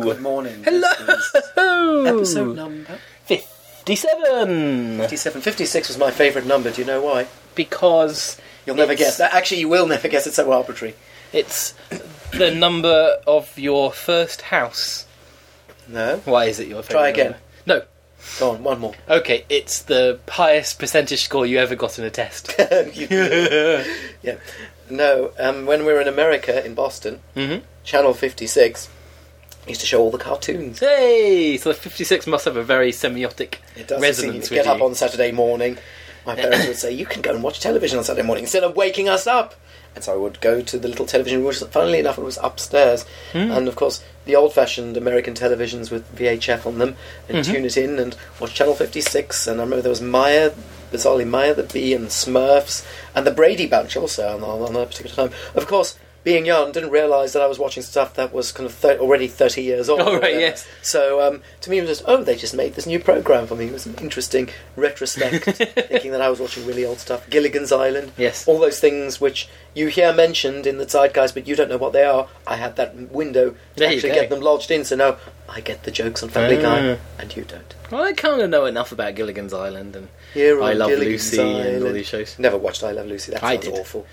Good morning. Hello. Episode number fifty-seven. 57. 56 was my favourite number. Do you know why? Because You'll never It's- guess. That- Actually, you will never guess. It's so arbitrary. it's the number of your first house. No? Why is it your favorite? Try again. Number? Go on, one more. No. Okay, it's the highest percentage score you ever got in a test. You- mm-hmm. yeah. No, um, when we were in America, in Boston, Hmm. Channel 56 used to show all the cartoons. Hey, so the fifty-six must have a very semiotic It does. resonance you get with up you. on Saturday morning. My parents would say, You can go and watch television on Saturday morning instead of waking us up. And so I would go to the little television, which, funnily enough, it was upstairs. Hmm. And of course, the old fashioned American televisions with VHF on them, and Mm-hmm. tune it in and watch Channel 56. And I remember there was Maya, bizarrely, Maya the Bee and Smurfs, and the Brady Bunch also on, on that particular time. Of course, being young, didn't realise that I was watching stuff that was kind of thir- already 30 years old. Oh, or right, whatever. yes. So um, to me, it was just, oh, they just made this new program for me. It was an interesting retrospect, thinking that I was watching really old stuff. Gilligan's Island, Yes. all those things which you hear mentioned in the zeitgeist, but you don't know what they are. I had that window to There you actually go. get them lodged in, so now I get the jokes on Family Ah. Guy, and you don't. Well, I kind of know enough about Gilligan's Island and Here I on Love Gilligan's Lucy and all Island. these shows. Never watched I Love Lucy. That I sounds did. awful.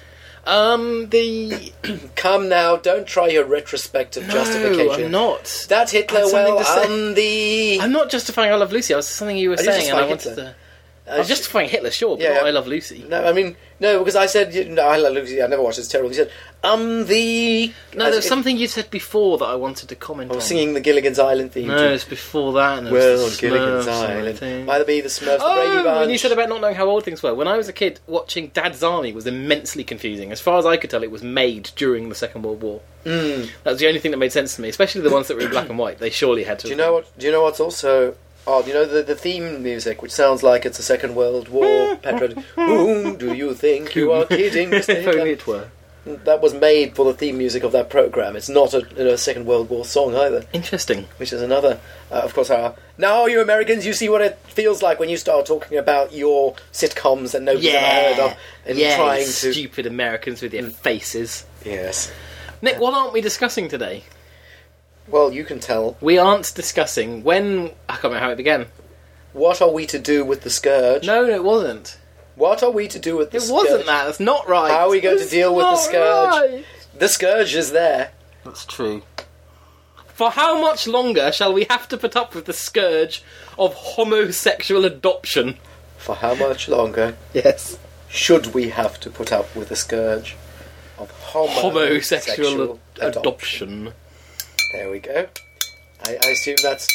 Um, the Come now, don't try your retrospective justification. No, I'm not. That Hitler, That's something well, to say. on the I'm not justifying I Love Lucy. I was something you were Are you saying, and I justifying wanted Hitler? to. I was Uh, justifying Hitler, sure, but Yeah, not yeah. I Love Lucy. No, I mean no, because I said you know, I love Lucy. I never watched it. It's terrible. You said um the No, as there was if- something you said before that I wanted to comment I on. was singing the Gilligan's Island theme. No, it's before that. And it was well, on the Gilligan's Smurfs and Island, everything. by the be the Smurfs, the Brady Oh, Bunch. when you said about not knowing how old things were, when I was a kid, watching Dad's Army was immensely confusing. As far as I could tell, it was made during the Second World War. Mm. That was the only thing that made sense to me, especially the ones that were in black and white. They surely had to. Do you know what? Do you know what's also odd? You know the the theme music, which sounds like it's the Second World War. Petrod, whom do you think you are kidding? Mr. if only Hitler?" it were. That was made for the theme music of that program. It's not a, you know, a Second World War song either. Interesting. which is another, uh, of course, our. Now, you Americans, you see what it feels like when you start talking about your sitcoms that nobody's ever heard of and yeah, trying you to. stupid Americans with their faces. yes. Nick, what aren't we discussing today? Well, you can tell. We aren't discussing when. I can't remember how it began. What are we to do with the scourge? No, it wasn't. What are we to do with the It scourge? wasn't that. That's not right. How are we going to That's deal with the not scourge? right. The scourge is there. That's true. For how much longer shall we have to put up with the scourge of homosexual adoption? For how much longer Yes. should we have to put up with the scourge of homosexual, Homosexual adoption? adoption. There we go. I, I assume that's.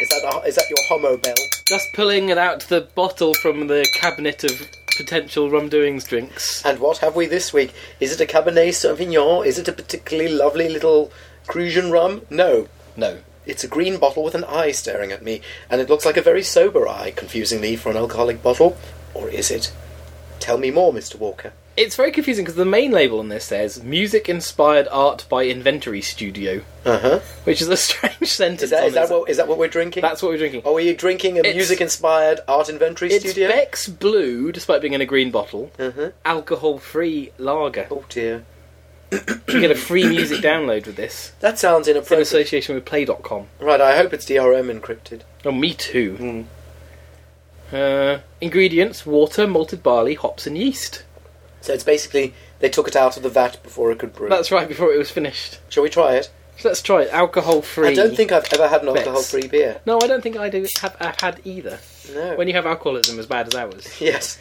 Is that, a, is that your homo bell? Just pulling it out the bottle from the cabinet of potential rumdoings drinks. And what have we this week? Is it a Cabernet Sauvignon? Is it a particularly lovely little Crusian rum? No. No. It's a green bottle with an eye staring at me, and it looks like a very sober eye, confusingly, for an alcoholic bottle. Or is it? Tell me more, Mr. Walker. It's very confusing because the main label on this says music inspired art by Inventory Studio, Uh huh. which is a strange sentence. Is that, on is, that its- what, is that what we're drinking? That's what we're drinking. Are we drinking a It's- music inspired art inventory it's Uh-huh. studio? Beck's Blue, despite being in a green bottle, Mhm. alcohol free lager. oh dear. You get a free music download with this That It's sounds in inappropriate. association with Play.com. Right, I hope it's DRM encrypted. Oh, me too. Uh, ingredients water, malted barley, hops, and yeast. So it's basically they took it out of the vat before it could brew. That's right, before it was finished. Shall we try it? So let's try it. Alcohol free. I don't think I've ever had an Bex. alcohol free beer. No, I don't think I do have, have had either. No. When you have alcoholism as bad as ours, Yes,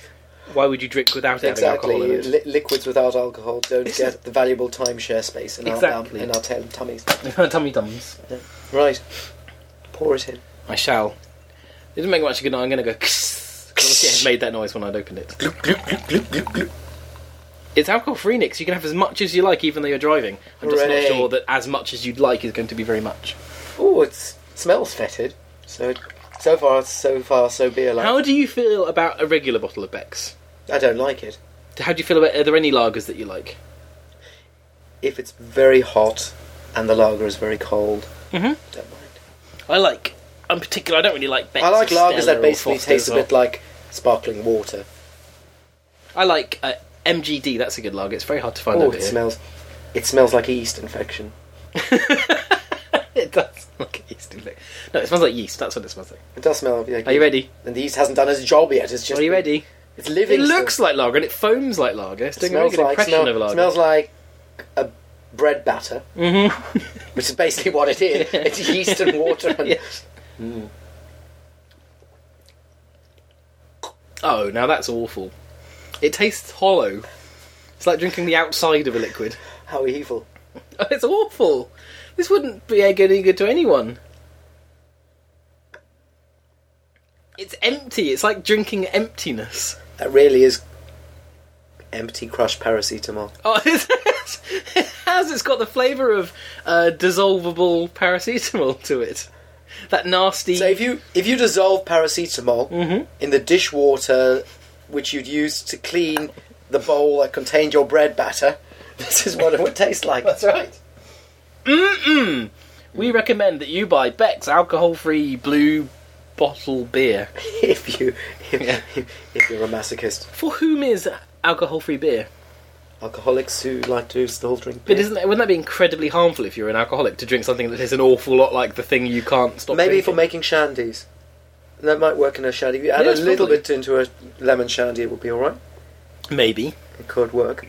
why would you drink without exactly. having alcohol in it? Li- liquids without alcohol don't This get the valuable timeshare space in Exactly. our um, in our tum- tummies. Tummy dums. Right, pour it in. I shall. It didn't make much of a good noise. I'm going to go. Because obviously it had made that noise when I'd opened it. It's alcohol free, Nick, so you can have as much as you like, even though you're driving. I'm just Hooray. not sure that as much as you'd like is going to be very much. Oh, it smells fetid. So it- so far, so far, so be like. How do you feel about a regular bottle of Beck's? I don't like it. How do you feel about? Are there any lagers that you like? If it's very hot and the lager is very cold, Mhm. don't mind. I like. In particular, I don't really like Beck's. I like or lagers Stella that or basically Foster's taste a or- bit like sparkling water. I like uh, MGD. That's a good lager. It's very hard to find Oh, over it here. smells. It smells like a yeast infection. it does look like a yeasty lick. No, it smells like yeast. That's what it smells like. It does smell of. Yeah, Are you ready? And the yeast hasn't done its job yet. It's just. Are you ready? It's living. It still. looks like lager and it foams like lager. It's It doing a really smells good impression smell- of lager. Smells like a bread batter, Mm-hmm. which is basically what it is. It's yeast and water. And yes. Mm. Oh, now that's awful. It tastes hollow. It's like drinking the outside of a liquid. Oh, How evil! It's awful. This wouldn't be any good to anyone. It's empty. It's like drinking emptiness. That really is empty crushed paracetamol. Oh, it has. It has. It's got the flavour of uh, dissolvable paracetamol to it. That nasty. So if you if you dissolve paracetamol Mm-hmm. in the dishwater which you'd use to clean the bowl that contained your bread batter, this is what it would taste like. That's right. Mm-mm. We recommend that you buy Beck's alcohol-free blue bottle beer. if you if, Yeah. if you're a masochist, For whom is alcohol-free beer? alcoholics who like to still drink beer. But isn't that, wouldn't that be incredibly harmful if you're an alcoholic to drink something that is an awful lot like the thing you can't stop? Maybe drinking? for making shandies. That might work in a shandy. If you add Yes, a little probably. bit into a lemon shandy, it would be all right. maybe. It could work.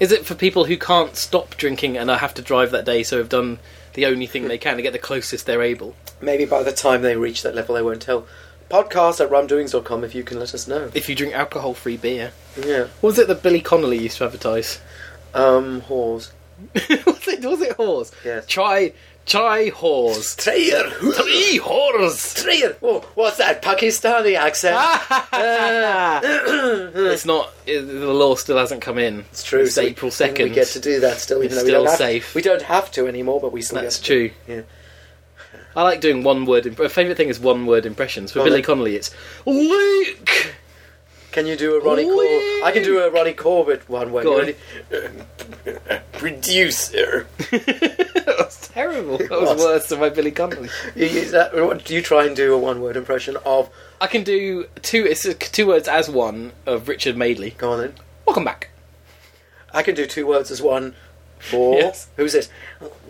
Is it for people who can't stop drinking and I have to drive that day, so have done the only thing they can to get the closest they're able? Maybe by the time they reach that level, they won't tell. Podcast at rumdoings.com if you can let us know. If you drink alcohol-free beer, Yeah. what was it that Billy Connolly used to advertise? Um, whores. was it was it whores? Yes. Chai chai whores. Strayer. Three whores. Strayer. Oh, what's that Pakistani accent? Ah! it's not. it- the law still hasn't come in. it's true. It's so we- April We second. get to do that still, even It's though we don't still have safe. To. We don't have to anymore, but we still That's get to. true. Yeah. I like doing one word. Imp- my favourite thing is one word impressions. For Oh, Billy that- Connolly, it's Luke. Can you do a Ronnie Whee! Corbett? I can do a Ronnie Corbett one way. Go on. Ready? Producer. that was terrible. That was, was. worse than my Billy Connolly. You, you, that, what- do you try and do a one word impression of. I can do two. It's uh, two words as one of Richard Madeley. Go on then. Welcome back. I can do two words as one for. Yes. Who's this?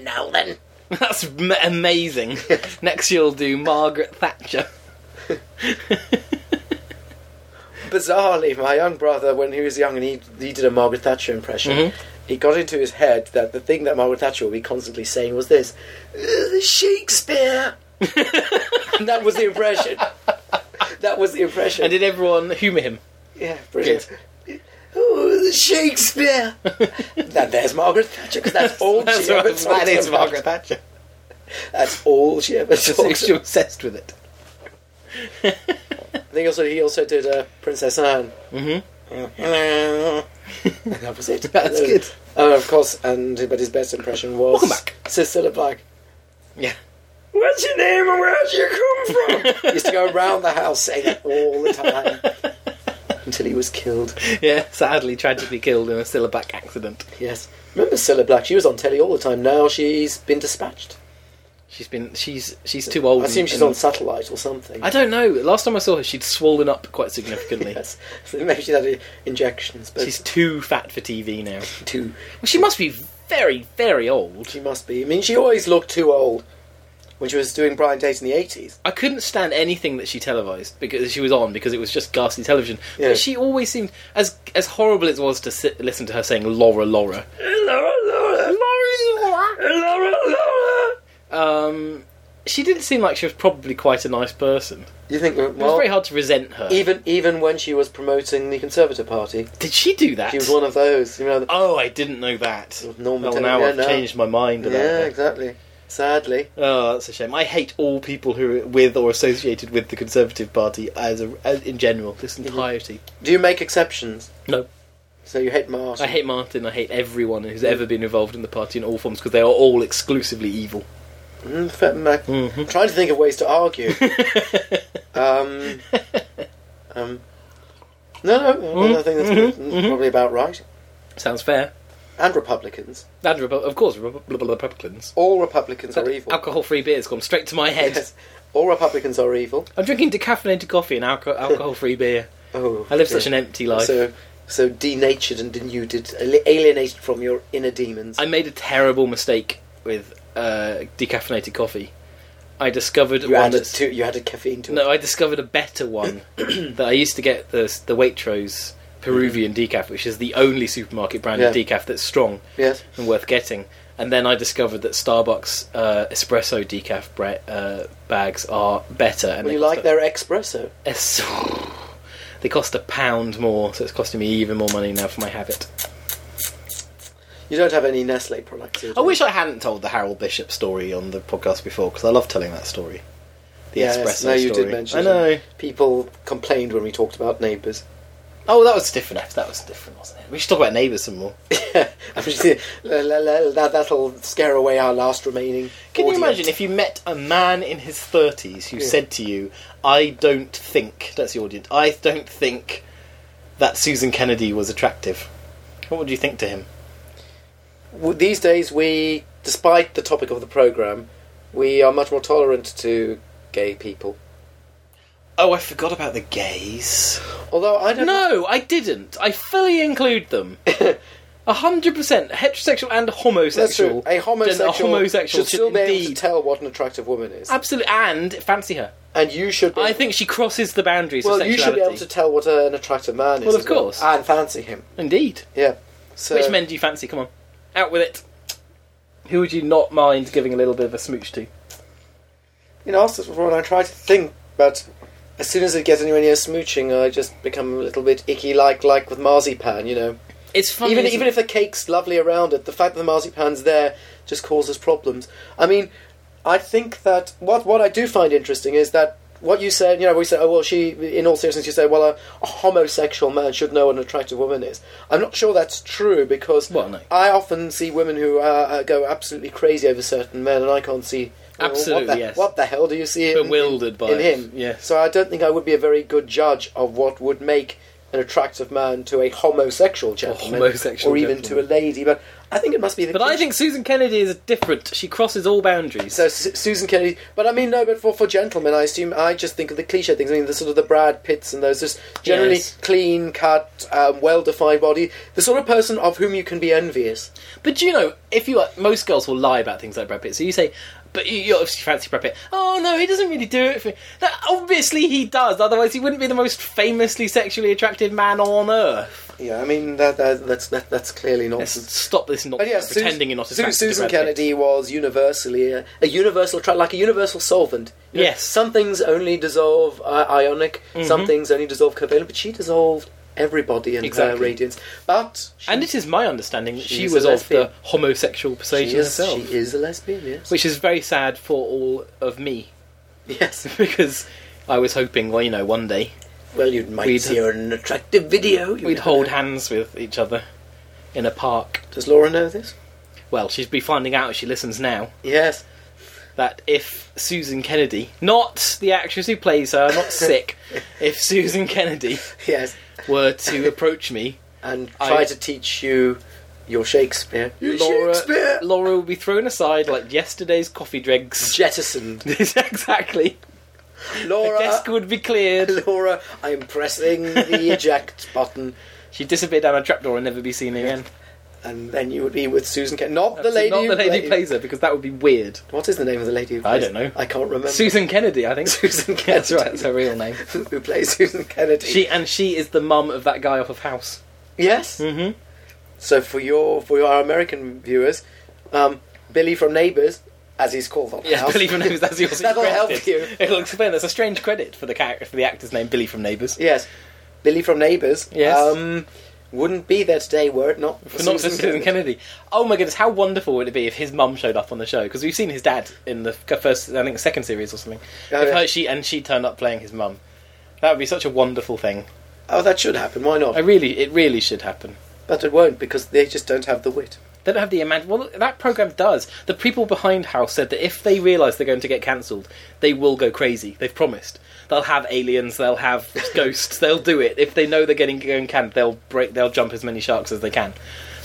Now then. That's m- amazing. Next, you'll do Margaret Thatcher. Bizarrely, my young brother, when he was young and he, he did a Margaret Thatcher impression, Mhm. it got into his head that the thing that Margaret Thatcher would be constantly saying was this "Uh, Shakespeare! and that was the impression. that was the impression. and did everyone humour him? yeah, brilliant. Oh, Shakespeare! that there's Margaret Thatcher, because that's all That's she right, ever that talked is about. Margaret Thatcher. That's all she ever talks. She's about. obsessed with it. I think also he also did uh, Princess Anne. Mhm. Hello. that was it. That's good. Oh, of course. And but his best impression was Welcome back. Cicilla Black. Yeah. What's your name and where do you come from? used to go around the house saying that all the time until he was killed. Yeah, sadly, tragically killed in a Sillaback accident. Yes. Remember Cilla Black? She was on telly all the time. Now she's been dispatched. She's been she's she's too old. I assume and- she's and- on satellite or something. I don't know. Last time I saw her, she'd swollen up quite significantly. yes. So maybe she's had uh, injections, but She's too fat for TV now. too. Well, she must be very very old. She must be. I mean, she always looked too old when she was doing Blind Date in the 80s. I couldn't stand anything that she televised because she was on because it was just ghastly television. Yeah. But she always seemed as as horrible as it was to sit, listen to her saying Laura Laura. Laura, Laura, Laura Laura, Laura. Laura. Um, she didn't seem like she was probably quite a nice person. You think, It was well, very hard to resent her. even even when she was promoting the Conservative Party, Did she do that? she was one of those. You know, the, Oh, I didn't know that. Norman Well, Taylor- Oh, now yeah, I've no. changed my mind about yeah, her. exactly. Sadly, Oh, that's a shame. I hate all people who are with or associated with the Conservative Party as, a, as in general, this entirety. do you make exceptions? No. So you hate Martin? I hate Martin. I hate everyone who's ever been involved in the party in all forms because they are all exclusively evil. Mm, fair- ma- I'm trying to think of ways to argue. um, um, no, no, no, I think Mm-hmm, that's probably about right. Sounds fair. And Republicans, And Repu- of course, Repu- blah, blah, blah, Republicans. all Republicans are evil. Alcohol-free beer's gone straight to my head. Yes. All Republicans are evil. I'm drinking decaffeinated coffee and alco- alcohol-free beer. Oh, I live dear. such an empty life. So, so denatured and denuded, ali- alienated from your inner demons. I made a terrible mistake with uh, decaffeinated coffee, I discovered You one added that's- two, you added caffeine to it. no, I discovered a better one that I used to get the the Waitrose Peruvian decaf, which is the only supermarket brand of Yeah. decaf that's strong Yes. and worth getting. And then I discovered that Starbucks uh, espresso decaf bre- uh, bags are better. And Well, they you cost like a- their espresso. Es- they cost a pound more, so it's costing me even more money now for my habit. You don't have any Nestle products. do you? I wish I hadn't told the Harold Bishop story on the podcast before because I love telling that story. The Yes, espresso no, you did story. mention I know. people complained when we talked about neighbours. Oh, that was different. That was different, wasn't it? We should talk about neighbours some more. I mean, la- la- la- that, that'll scare away our last remaining. Can you audience. imagine if you met a man in his thirties who Yeah. said to you, "I don't think that's the audience. I don't think that Susan Kennedy was attractive." What would you think to him? W- these days we, despite the topic of the program, we are much more tolerant to gay people. Oh, I forgot about the gays. Although I don't. No, I didn't. I fully include them. A hundred percent heterosexual and That's homosexual. true. A homosexual, Then a homosexual should still be able to indeed- tell what an attractive woman is, absolutely and fancy her. and you should. Be, I think she crosses the boundaries. Well, of you should be able to tell what an attractive man is. Well, of as course. and fancy him. Indeed. Yeah. So Which men do you fancy? Come on, out with it. Who would you not mind giving a little bit of a smooch to? You know, asked this before, and I try to think, but as soon as it gets anywhere near smooching, I just become a little bit icky, like like with marzipan. You know, It's funny. even isn't even it? if the cake's lovely around it, the fact that the marzipan's there just causes problems. I mean, I think that what what I do find interesting is that. What you said, you know, we said, oh, well, she, in all seriousness, you said, well, a, a homosexual man should know what an attractive woman is. I'm not sure that's true because Well, no. I often see women who uh, uh, go absolutely crazy over certain men, and I can't see. well, what Absolutely, the, yes. What the hell do you see in, bewildered by in him. Yes. So I don't think I would be a very good judge of what would make an attractive man to a homosexual gentleman, homosexual or even gentleman. to a lady. But I think it must be the. But I think Susan Kennedy is different. She crosses all boundaries. so. Su- Susan Kennedy, but I mean no, but for for gentlemen, I assume I just think of the cliche things. I mean the sort of the Brad Pitts and those just generally Yes. clean cut, um, well defined body, the sort of person of whom you can be envious. But you know, if you most girls will lie about things like Brad Pitt. So you say, but you, you obviously fancy Brad Pitt. Oh no, he doesn't really do it for me. No, obviously he does. Otherwise, he wouldn't be the most famously sexually attractive man on earth. Yeah, I mean that, that that's that, that's clearly Let's nonsense. stop this nonsense. But yeah, Sus- pretending you're not Su- attracted Susan to Brad Pitt. Kennedy was universally a, a universal attract, like a universal solvent. You know, Yes. Mm-hmm. some things only dissolve uh, ionic, some things only dissolve covalent, but she dissolved everybody in Exactly. her radiance. But she, And it is my understanding that she She's was a of the lesbian. homosexual she persuasion is, herself, she is a lesbian, yes. which is very sad for all of me yes. because I was hoping, well, you know, one day Well, you might We'd- see her in an attractive video. you we'd never hold know. hands with each other in a park. Does Laura know this? Well, she'd be finding out if she listens now. Yes. that if Susan Kennedy, not the actress who plays her, not sick, if Susan Kennedy Yes. were to approach me, And I- try to teach you your Shakespeare. Your Laura, Shakespeare! Laura would be thrown aside like yesterday's coffee dregs. Jettisoned. exactly. Laura. the desk would be cleared. Laura, I am pressing the eject button, She'd disappear down a trapdoor and never be seen again. and then you would be with Susan Kennedy. Not the That's lady. not who the lady played- who plays her because that would be weird. What is the name of the lady? Who I plays- don't know. I can't remember. Susan Kennedy, I think. Susan Kennedy. That's right. That's her real name. who plays Susan Kennedy? She and she is the mum of that guy off of House. Yes. Mm-hmm. So for your for your American viewers, um, Billy from Neighbours, as he's called on Yeah, House. Billy from Neighbours. That's the also That'll help credited. you. It'll explain. There's a strange credit for the character for the actor's name, Billy from Neighbours. Yes, Billy from Neighbours. Yes. Um, wouldn't be there today were it not for For not just Susan Kennedy. Oh my goodness, how wonderful would it be if his mum showed up on the show? Because we've seen his dad in the f- first, I think, second series or something. Oh, If yeah. her- she and she turned up playing his mum. That would be such a wonderful thing. Oh, that should happen. Why I not? really, it really should happen. But it won't because they just don't have the wit. They don't have the imagine. Well, that program does. The people behind House said that if they realise they're going to get cancelled, they will go crazy. They've promised. They'll have aliens. They'll have ghosts. They'll do it. If they know they're getting going canned, they'll break. They'll jump as many sharks as they can,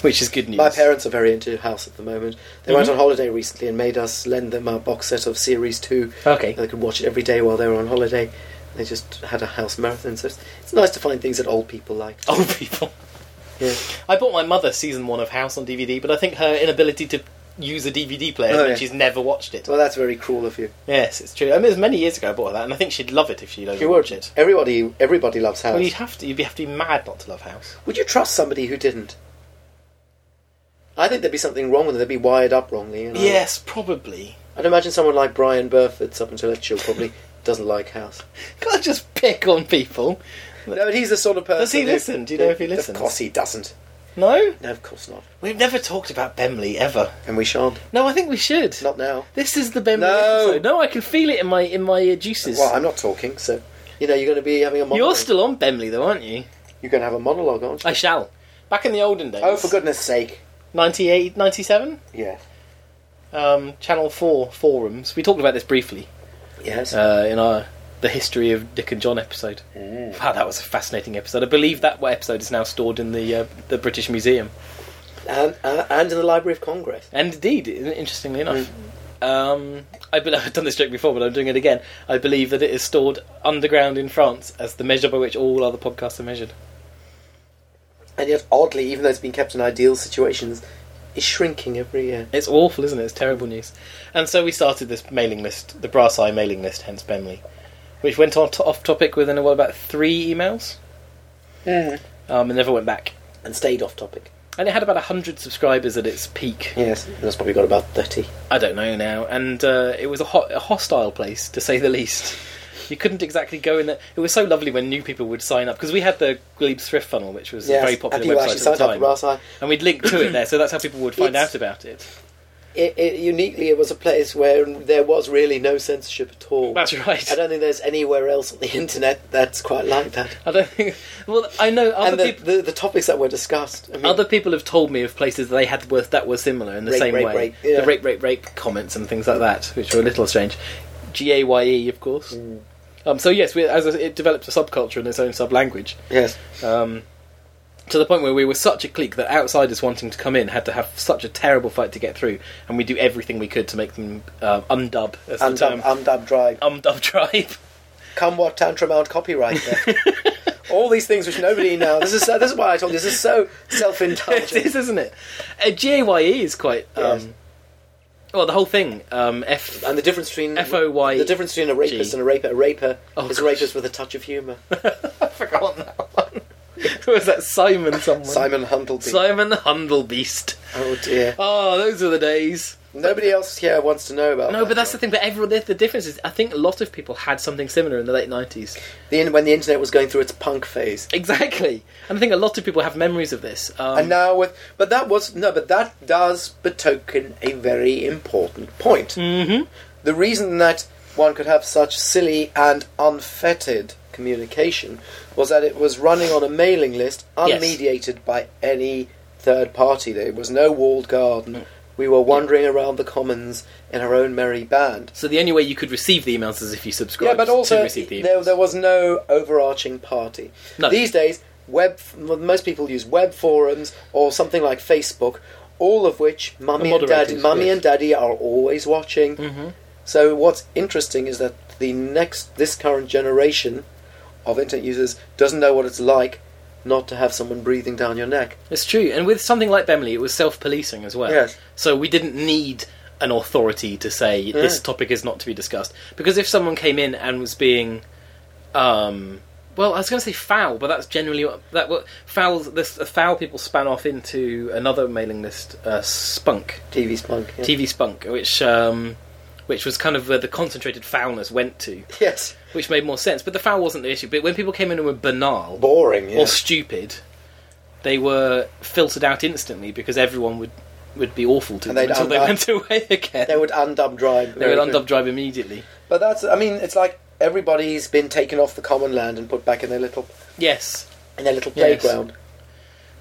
which is good news. My parents are very into House at the moment. They went on holiday recently and made us lend them our box set of Series 2. Okay. They could watch it every day while they were on holiday. They just had a house marathon, so it's, it's nice to find things that old people like. Old people. Yeah. I bought my mother season one of House on DVD, but I think her inability to use a DVD player, Oh, and yeah. she's never watched it. Well, that's very cruel of you. Yes, it's true. I mean, it was many years ago I bought that, and I think she'd love it if she'd If you overwatched watch it. it, everybody everybody loves House. Well, you'd have to. You'd have to be mad not to love House. Would you trust somebody who didn't? I think there'd be something wrong with them. They'd be wired up wrongly. You know? Yes, probably. I'd imagine someone like Brian Burford's up until intellectual probably doesn't like House. Can't just pick on people. No, but he's the sort of person. Does he who- listen? Do you know if he listens? Of course he doesn't. No, No, of course not. we've never talked about Bemley ever. And we shan't. No, I think we should. Not now. This is the Bemley No. episode. No, I can feel it in my in my uh, juices. Well, I'm not talking, so you know you're going to be having a monologue. You're still on Bemley though, aren't you? You're going to have a monologue, aren't you? I shall. Back in the olden days. Oh, for goodness' sake! 98, 97? Yes. Um, Channel 4 forums. We talked about this briefly Yes. uh, in our the history of Dick and John episode. Wow, that was a fascinating episode. I believe that episode is now stored in the uh, the British Museum. and, uh, and in the Library of Congress. And indeed, in- interestingly enough, um, I bel I've done this joke before, but I'm doing it again. I believe that it is stored underground in France as the measure by which all other podcasts are measured. And yet, oddly, even though it's been kept in ideal situations, it's shrinking every year. It's awful, isn't it? It's terrible news. And so we started this mailing list, the Brass Eye mailing list, hence Benley, which went on to- off topic within what about three emails, um, and never went back. And stayed off topic. And it had about hundred subscribers at its peak. Yes. And it's probably got about 30. I don't know now. And uh, it was a, ho- a hostile place, to say the least. You couldn't exactly go in there. It was so lovely when new people would sign up because we had the Glebes Thrift Funnel, which was Yes, a very and popular people website actually at the signed up time, for Brass Eye. and we'd link to it there. So that's how people would find It's- out about it. It, it, uniquely, it was a place where there was really no censorship at all. That's right. I don't think there's anywhere else on the internet that's quite like that. I don't think. Well, I know other and the, people. the, the topics that were discussed. I mean, Other people have told me of places they had worth that were similar in the Rape, same rape, way. rape, yeah. The rape, rape, rape comments and things like that, which were a little strange. G A Y E, of course. Mm. Um, so yes, we, as I- it developed a subculture and its own sub language. Yes. um, to the point where we were such a clique that outsiders wanting to come in had to have such a terrible fight to get through, and we do everything we could to make them uh, undub as the Undub, term undub drive. umdub tribe. Come what tantrum out copyright. there. all these things which nobody now. This is so, this is why I told you. This is so it self-indulgent. is, isn't it? Uh, GAYE is quite. Um, Yes. Well, the whole thing. Um, F. And the difference between FOY the difference between a rapist G. and a raper. A raper Oh, is a gosh. rapist with a touch of humour. I forgot that one. Who was that? Simon someone. Simon Hundleby. Simon the Hundle Beast. oh dear. Oh, those are the days. Nobody else here wants to know about. No, that. but that's the thing. But everyone, the the difference is, I think a lot of people had something similar in the late nineties. the in- when the internet was going through its punk phase. Exactly, and I think a lot of people have memories of this. Um, And now with, but that was no, but that does betoken a very important point. hmm The reason that one could have such silly and unfettered communication was that it was running on a mailing list Yes. unmediated by any third party. There was no walled garden. We were wandering around the commons in our own merry band. So the only way you could receive the emails is if you subscribe. Yeah, but also to receive the emails. there, there was no overarching party. No. These days, web well, most people use web forums or something like Facebook, all of which mummy and daddy, moderators, mummy yes. Mm. and daddy are always watching. Mm-hmm. So what's interesting is that the next, this current generation of internet users doesn't know what it's like not to have someone breathing down your neck. It's true, and with something like Bemley, it was self-policing as well. Yes. So we didn't need an authority to say this topic is not to be discussed because if someone came in and was being, um, well, I was going to say foul, but that's generally what that what foul. This foul people span off into another mailing list, uh, spunk. TV spunk. yeah. TV Spunk, which um, which was kind of where the concentrated foulness went to, Yes, which made more sense. But the foul wasn't the issue. But when people came in and were banal boring. Yeah. or stupid, they were filtered out instantly because everyone would would be awful to And them they'd until they undub- went away again. they would undub drive. They would undub drive immediately. But that's, I mean, it's like everybody's been taken off the common land and put back in their little Yes, in their little Yes. playground.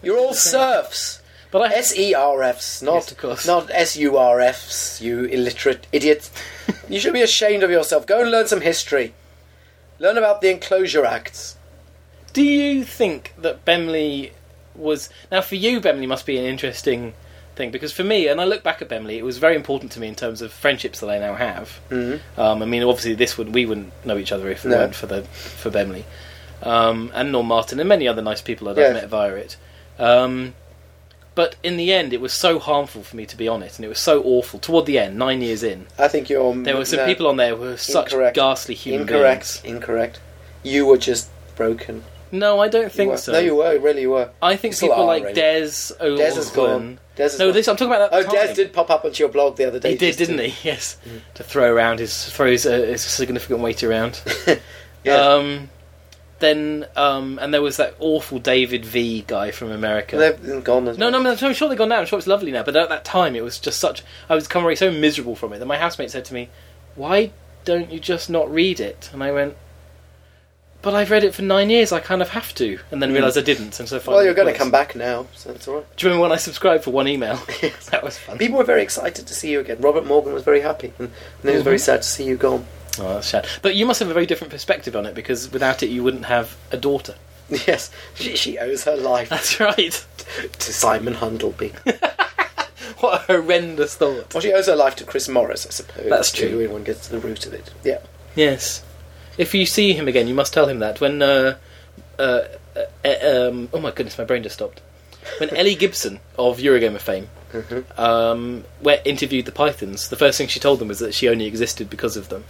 You're all serfs. but I S E R Fs, not Yes, of course. not S U R Fs, you illiterate idiots. you should be ashamed of yourself. Go and learn some history. Learn about the Enclosure Acts. do you think that Bemley was now for you? Bemley must be an interesting thing because for me, and I look back at Bemley, it was very important to me in terms of friendships that I now have. Mhm. Um, I mean, obviously, this would we wouldn't know each other if it No. weren't for the for Bemley, um, and Norm Martin and many other nice people that Yes. I've met via it. Um, But in the end, it was so harmful for me to be on it, and it was so awful. Toward the end, nine years in, I think you're. there were some Mm, no, people on there who were such Incorrect. ghastly human Incorrect. Incorrect. You were just broken. beings. No, I don't You think were- so. No, you were. Really, you were. I think You still people are, like really. Des O'Loughlin. Des is gone. Des is no, gone. this I'm talking about. That Oh, time. Des did pop up onto your blog the other day. He did, just to- didn't he? Yes, to throw around his throw his, uh, his significant weight around. Yeah. Um, then um, and there was that awful David V guy from America. They've gone as no, well. no, I'm, I'm sure they're gone now. I'm sure it's lovely now. But at that time, it was just such. I was come away so miserable from it that my housemate said to me, "Why don't you just not read it?" And I went, "But I've read it for nine years. I kind of have to." And then Mm. realised I didn't. And so finally, Well, you're going to quit. come back now, so that's all right. Do you remember when I subscribed for one email? that was fun. People were very excited to see you again. Robert Morgan was very happy, and, and he was very Mhm. sad to see you gone. Oh, that's sad. But you must have a very different perspective on it because without it, you wouldn't have a daughter. Yes, she, she owes her life That's right. to Simon Hundleby. What a horrendous thought. Well, she owes her life to Chris Morris, I suppose. That's too, true. When one gets to the root of it. Yeah. Yes. If you see him again, you must tell him that. When, uh, uh, uh, um, oh my goodness, my brain just stopped. When Ellie Gibson of Eurogamer fame Mm-hmm. um, where interviewed the Pythons, the first thing she told them was that she only existed because of them.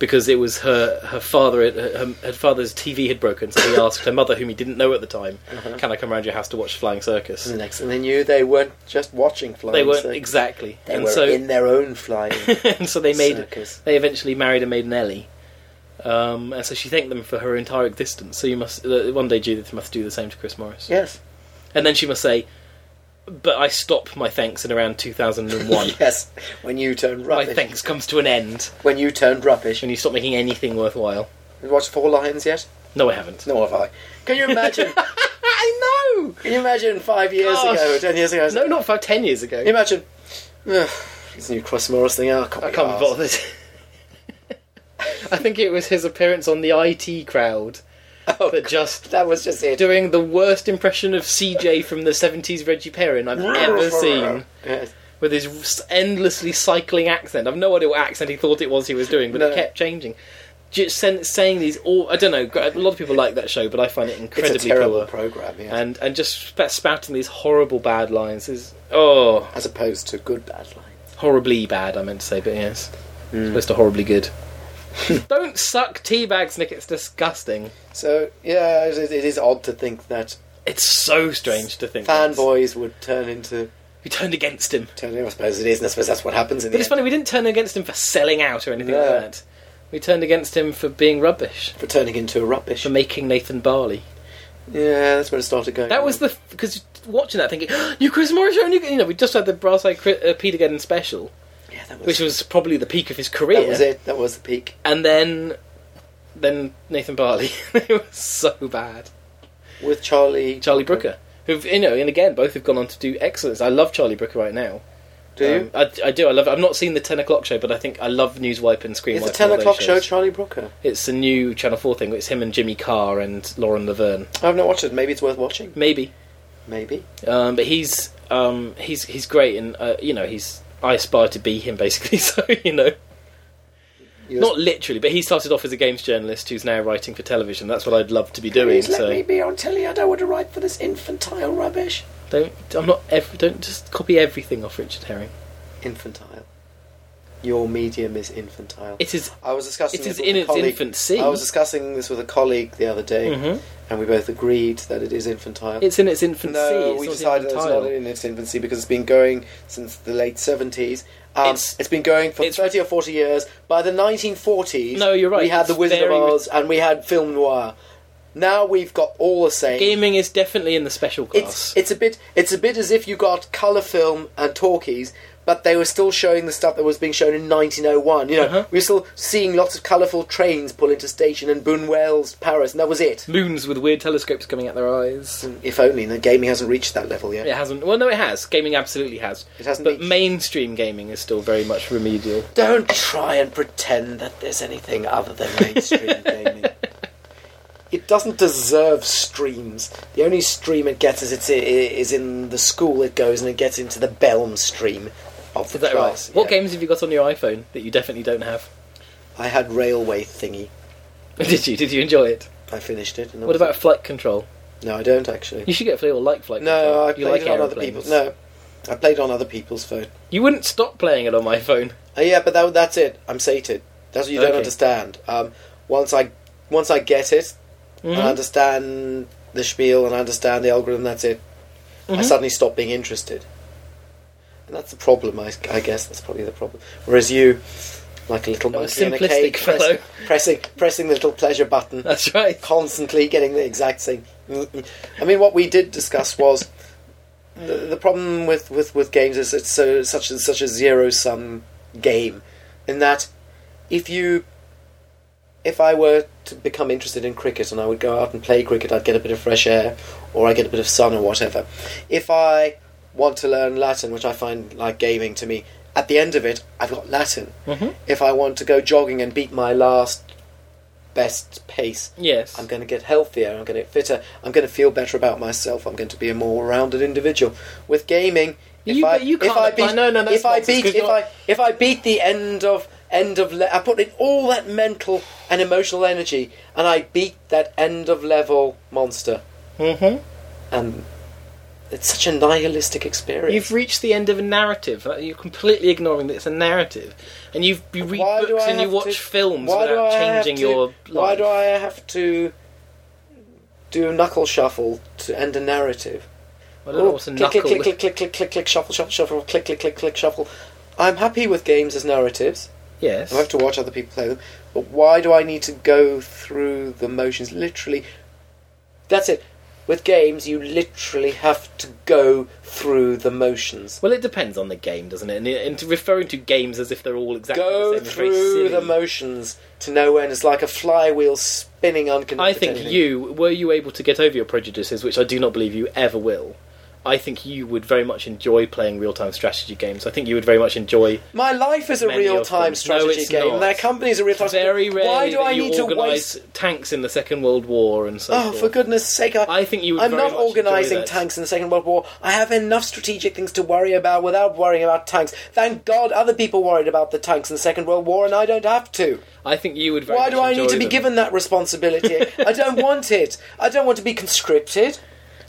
Because it was her, her father, her, her father's TV had broken, so he asked her mother, whom he didn't know at the time, Uh-huh. "Can I come round your house to watch Flying Circus?" And the next thing they knew, they weren't just watching Mm-hmm. flying. they weren't so exactly, They and were so in their own flying. and so they made circus. they eventually married and made an Ellie. Um, and so she thanked them for her entire existence. So you must uh, one day Judith must do the same to Chris Morris, Yes. and then she must say, "But I stop my thanks in around 2001. Yes. When you turned my rubbish. thanks comes to an end When you turned rubbish. when you stop making anything worthwhile." You watched Four Lions yet? No, I haven't. Nor have I. Can you imagine? I know. can you imagine five years Gosh. ago, ten years ago? No, not five, ten years ago. Can you imagine? Ugh, this new Chris Morris thing. Oh, I can't, I be can't arsed. be bothered. I think it was his appearance on the IT crowd Oh, that just that was just it. doing the worst impression of CJ from the 70s Reggie Perrin I've ever seen. Yes. With his endlessly cycling accent. I've no idea what accent he thought it was he was doing, but No. it kept changing. Just sen- saying these all. I don't know, a lot of people like that show, but I find it It's incredibly a terrible poor. program, yeah. And, and just sp- spouting these horrible bad lines is. Oh, As opposed to good bad lines. horribly bad, I meant to say, but yes. Hmm. It's Supposed to horribly good. don't suck tea bags, Nick, it's disgusting. So yeah, it, it is odd to think that It's so strange to think. that. fanboys would turn into We turned against him. turn. I suppose it is, and I suppose that's what happens in But the it's end. funny, we didn't turn against him for selling out or anything No. like that. We turned against him for being rubbish, for turning into a rubbish. for making Nathan Barley. Yeah, that's when it started going. That was the. Because watching that thinking, new Chris Morris show, new. You know, we just had the Brass Eye Cri- uh, Peter Geddon special, yeah, that was, which was probably the peak of his career. that was it. That was the peak. And then. Then Nathan Barley. it was so bad. with Charlie Charlie Brooker. Who, you know, and again, both have gone on to do excellence. I love Charlie Brooker right now. Do you? Um, I, I do. I love. I've not seen the ten o'clock show, but I think I love Newswipe and Screenwipe. it's a and ten all those o'clock show. shows. Charlie Brooker. It's a new Channel 4 thing. It's him and Jimmy Carr and Lauren Laverne. I've not watched it. Maybe it's worth watching. Maybe. Maybe. Um, but he's um, he's he's great and, uh, you know, he's. I aspire to be him, basically, so, you know. Yes. Not literally, but he started off as a games journalist who's now writing for television. That's what I'd love to be doing, Please let so. me be on telly. I don't want to write for this infantile rubbish. Don't, I'm not. Ev- don't just copy everything off Richard Herring. Infantile. Your medium is infantile. It is. I was discussing It this is with in a its colleague. infancy. I was discussing this with a colleague the other day, Mhm. and we both agreed that it is infantile. It's in its infancy. no, it's we not decided it's infantile. not in its infancy because it's been going since the late seventies. Um, It's- it's been going for it's- thirty or forty years. By the nineteen forties, No, you're right. We had It's the Wizard of very re- Oz and we had film noir. Now we've got all the same. Gaming is definitely in the special class. It's it's a bit it's a bit as if you got color film and talkies, but they were still showing the stuff that was being shown in 1901. You know, Uh-huh. we were still seeing lots of colorful trains pull into station in Bunwell's Paris, and that was it. Moons with weird telescopes coming out their eyes. If only the gaming hasn't reached that level yet. It hasn't. Well, no, it has. Gaming absolutely has. It hasn't But reached- mainstream gaming is still very much remedial. Don't try and pretend that there's anything other than mainstream gaming. It doesn't deserve streams. The only stream it gets is it's i- is in the school it goes, and it gets into the Belm stream of the Is that class. right? What Yeah. games have you got on your iPhone that you definitely don't have? I had Railway Thingy. Did you? Did you enjoy it? I finished it. And that What was about Flight Control? No, I don't actually. You should get a feel like Flight no, Control. I You played like it on other aeroplanes. people's. No, I played on other people's phone. You wouldn't stop playing it on my phone. Uh, yeah, but that, that's it. I'm sated. That's what you don't Okay. understand. Um, once I once I get it, and I Mhm. understand the spiel and I understand the algorithm. That's it. I Mhm. suddenly stop being interested, and that's the problem. I, I guess that's probably the problem. Whereas you, like a little I'm a monkey in a simplistic cage, press- fellow. pressing pressing the little pleasure button That's right. constantly getting the exact same. I mean, what we did discuss was the, the problem with, with, with games is it's so, such a, such a zero sum game, in that if you if I were to become interested in cricket and I would go out and play cricket, I'd get a bit of fresh air, or I get a bit of sun or whatever. If I want to learn Latin, which I find like gaming to me, at the end of it, I've got Latin. Mhm. If I want to go jogging and beat my last best pace, Yes. I'm going to get healthier, I'm going to get fitter, I'm going to feel better about myself, I'm going to be a more rounded individual. With gaming, if You- I but you if can't I apply- beat no, no, that's if I nonsense, beat 'cause if you're- I if I beat the end of end of le- I put in all that mental and emotional energy and I beat that end of level monster Mm-hmm. and it's such a nihilistic experience. You've reached the end of a narrative. Uh, You're completely ignoring that it's a narrative, and you've you read Why do books I and you have watch to- films why do without I have changing to- your Why life. do I have to do knuckle shuffle to end a narrative? I don't know what's a click, click, knuckle. click, click, click, click, click, click, shuffle, shuffle, shuffle, click, click, click, click, shuffle. I'm happy with games as narratives. Yes. I have to watch other people play them. But why do I need to go through the motions? Literally, that's it. With games, you literally have to go through the motions. Well, it depends on the game, doesn't it? And, and referring to games as if they're all exactly Go the same is very through the silly. motions to nowhere, and it's like a flywheel spinning unconnected. I to think anything. you were you able to get over your prejudices, which I do not believe you ever will. I think you would very much enjoy playing real-time strategy games. I think you would very much enjoy. My life is a Many of real-time them. No, strategy it's game. not. Their company is a real-time. Very rarely Why do that I you need to organise waste? tanks in the Second World War and so Oh, forth. for goodness' sake! I, I think you would I'm very not much enjoy organising that. tanks in the Second World War. I have enough strategic things to worry about without worrying about tanks. Thank God other people worried about the tanks in the Second World War and I don't have to. I think you would. Very Why much do I need enjoy to be them. given that responsibility? I don't want it. I don't want to be conscripted.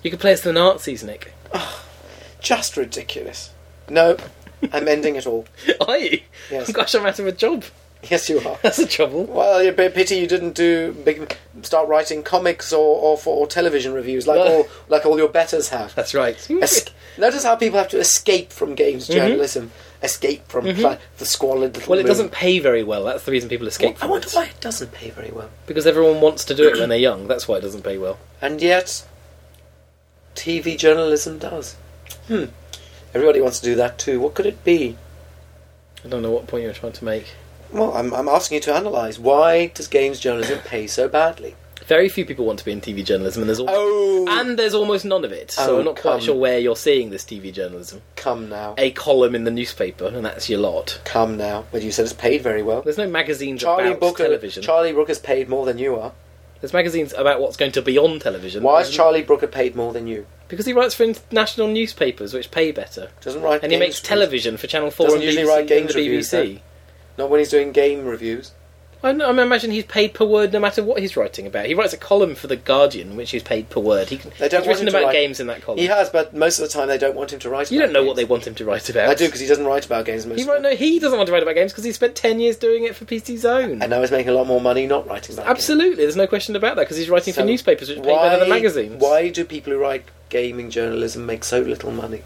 You could play as the Nazis, Nick. Just ridiculous. No, I'm ending it all. Are you? Yes. Gosh, I'm out of a job. Yes, you are. That's the trouble. Well, a bit pity you didn't do big, start writing comics or or, for, or television reviews like No. all like all your betters have. That's right. Es- notice how people have to escape from games journalism, escape from pla- the squalid little. Mm-hmm. Well, it room. doesn't pay very well. That's the reason people escape. I from wonder it. why it doesn't pay very well. Because everyone wants to do it when they're young. That's why it doesn't pay well. And yet, TV journalism does. Hmm. Everybody wants to do that too. What could it be? I don't know what point you're trying to make. Well, I'm, I'm asking you to analyse. Why does games journalism pay so badly? Very few people want to be in TV journalism, and there's al- Oh, and there's almost none of it. So Oh, I'm not quite come. sure where you're seeing this TV journalism. come now, A column in the newspaper, and that's your lot. come now. But you said it's paid very well. There's no magazines Charlie about Brooker, television. Charlie Brooker's paid more than you are. there's magazines about what's going to be on television. Why is There's- Charlie Brooker paid more than you? Because he writes for international newspapers, which pay better, Doesn't write and he games makes reviews. television for Channel Four Doesn't and usually BBC write and games the reviews, BBC. Not when he's doing game reviews. I, know, I imagine he's paid per word, no matter what he's writing about. He writes a column for the Guardian, which he's paid per word. He, can- They don't he's want written him to about write- games in that column. He has, but most of the time they don't want him to write. Oh. You about don't know what they games. want him to write about. I do because he doesn't write about games most. He of won't the know. He doesn't want to write about games because he spent ten years doing it for PC Zone. time. And now he's making a lot more money not writing about. Absolutely, there's no question about that because he's writing games. for So newspapers, which pay why- better than magazines. Why do people who write gaming journalism make so little money?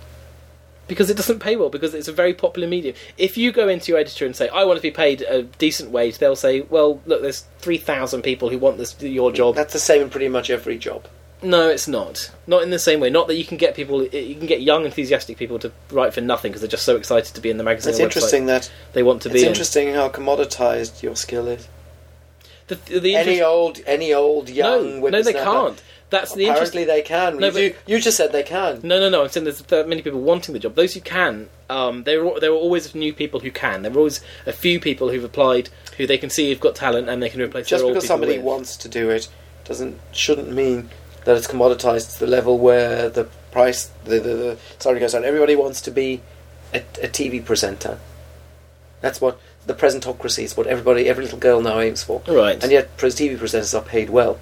Because it doesn't pay well. Because it's a very popular medium. If you go into your editor and say, "I want to be paid a decent wage," they'll say, "Well, look, there's three thousand people who want this your job." That's the same in pretty much every job. No, it's not. Not in the same way. Not that you can get people, eh, you can get young, enthusiastic people to write for nothing because they're just so excited to be in the magazine. It's or website interesting that They want to it's be. in. interesting how commoditized your skill is. The, the, the Any interest- old, any old young. no, no, they whippersnapper- can't. That's the interesting. Apparently, they can. No, you, do- you just said they can. No, no, no. I'm saying there's that many people wanting the job. Those who can, um, there are, there are always new people who can. There are always a few people who've applied who they can see have got talent and they can replace. Just their old because people somebody with. wants to do it doesn't shouldn't mean that it's commoditized to the level where the price the the, the salary goes down. Everybody wants to be a, a TV presenter. That's what the presentocracy is. What everybody, every little girl now aims for. right? And yet, pres- TV presenters are paid well,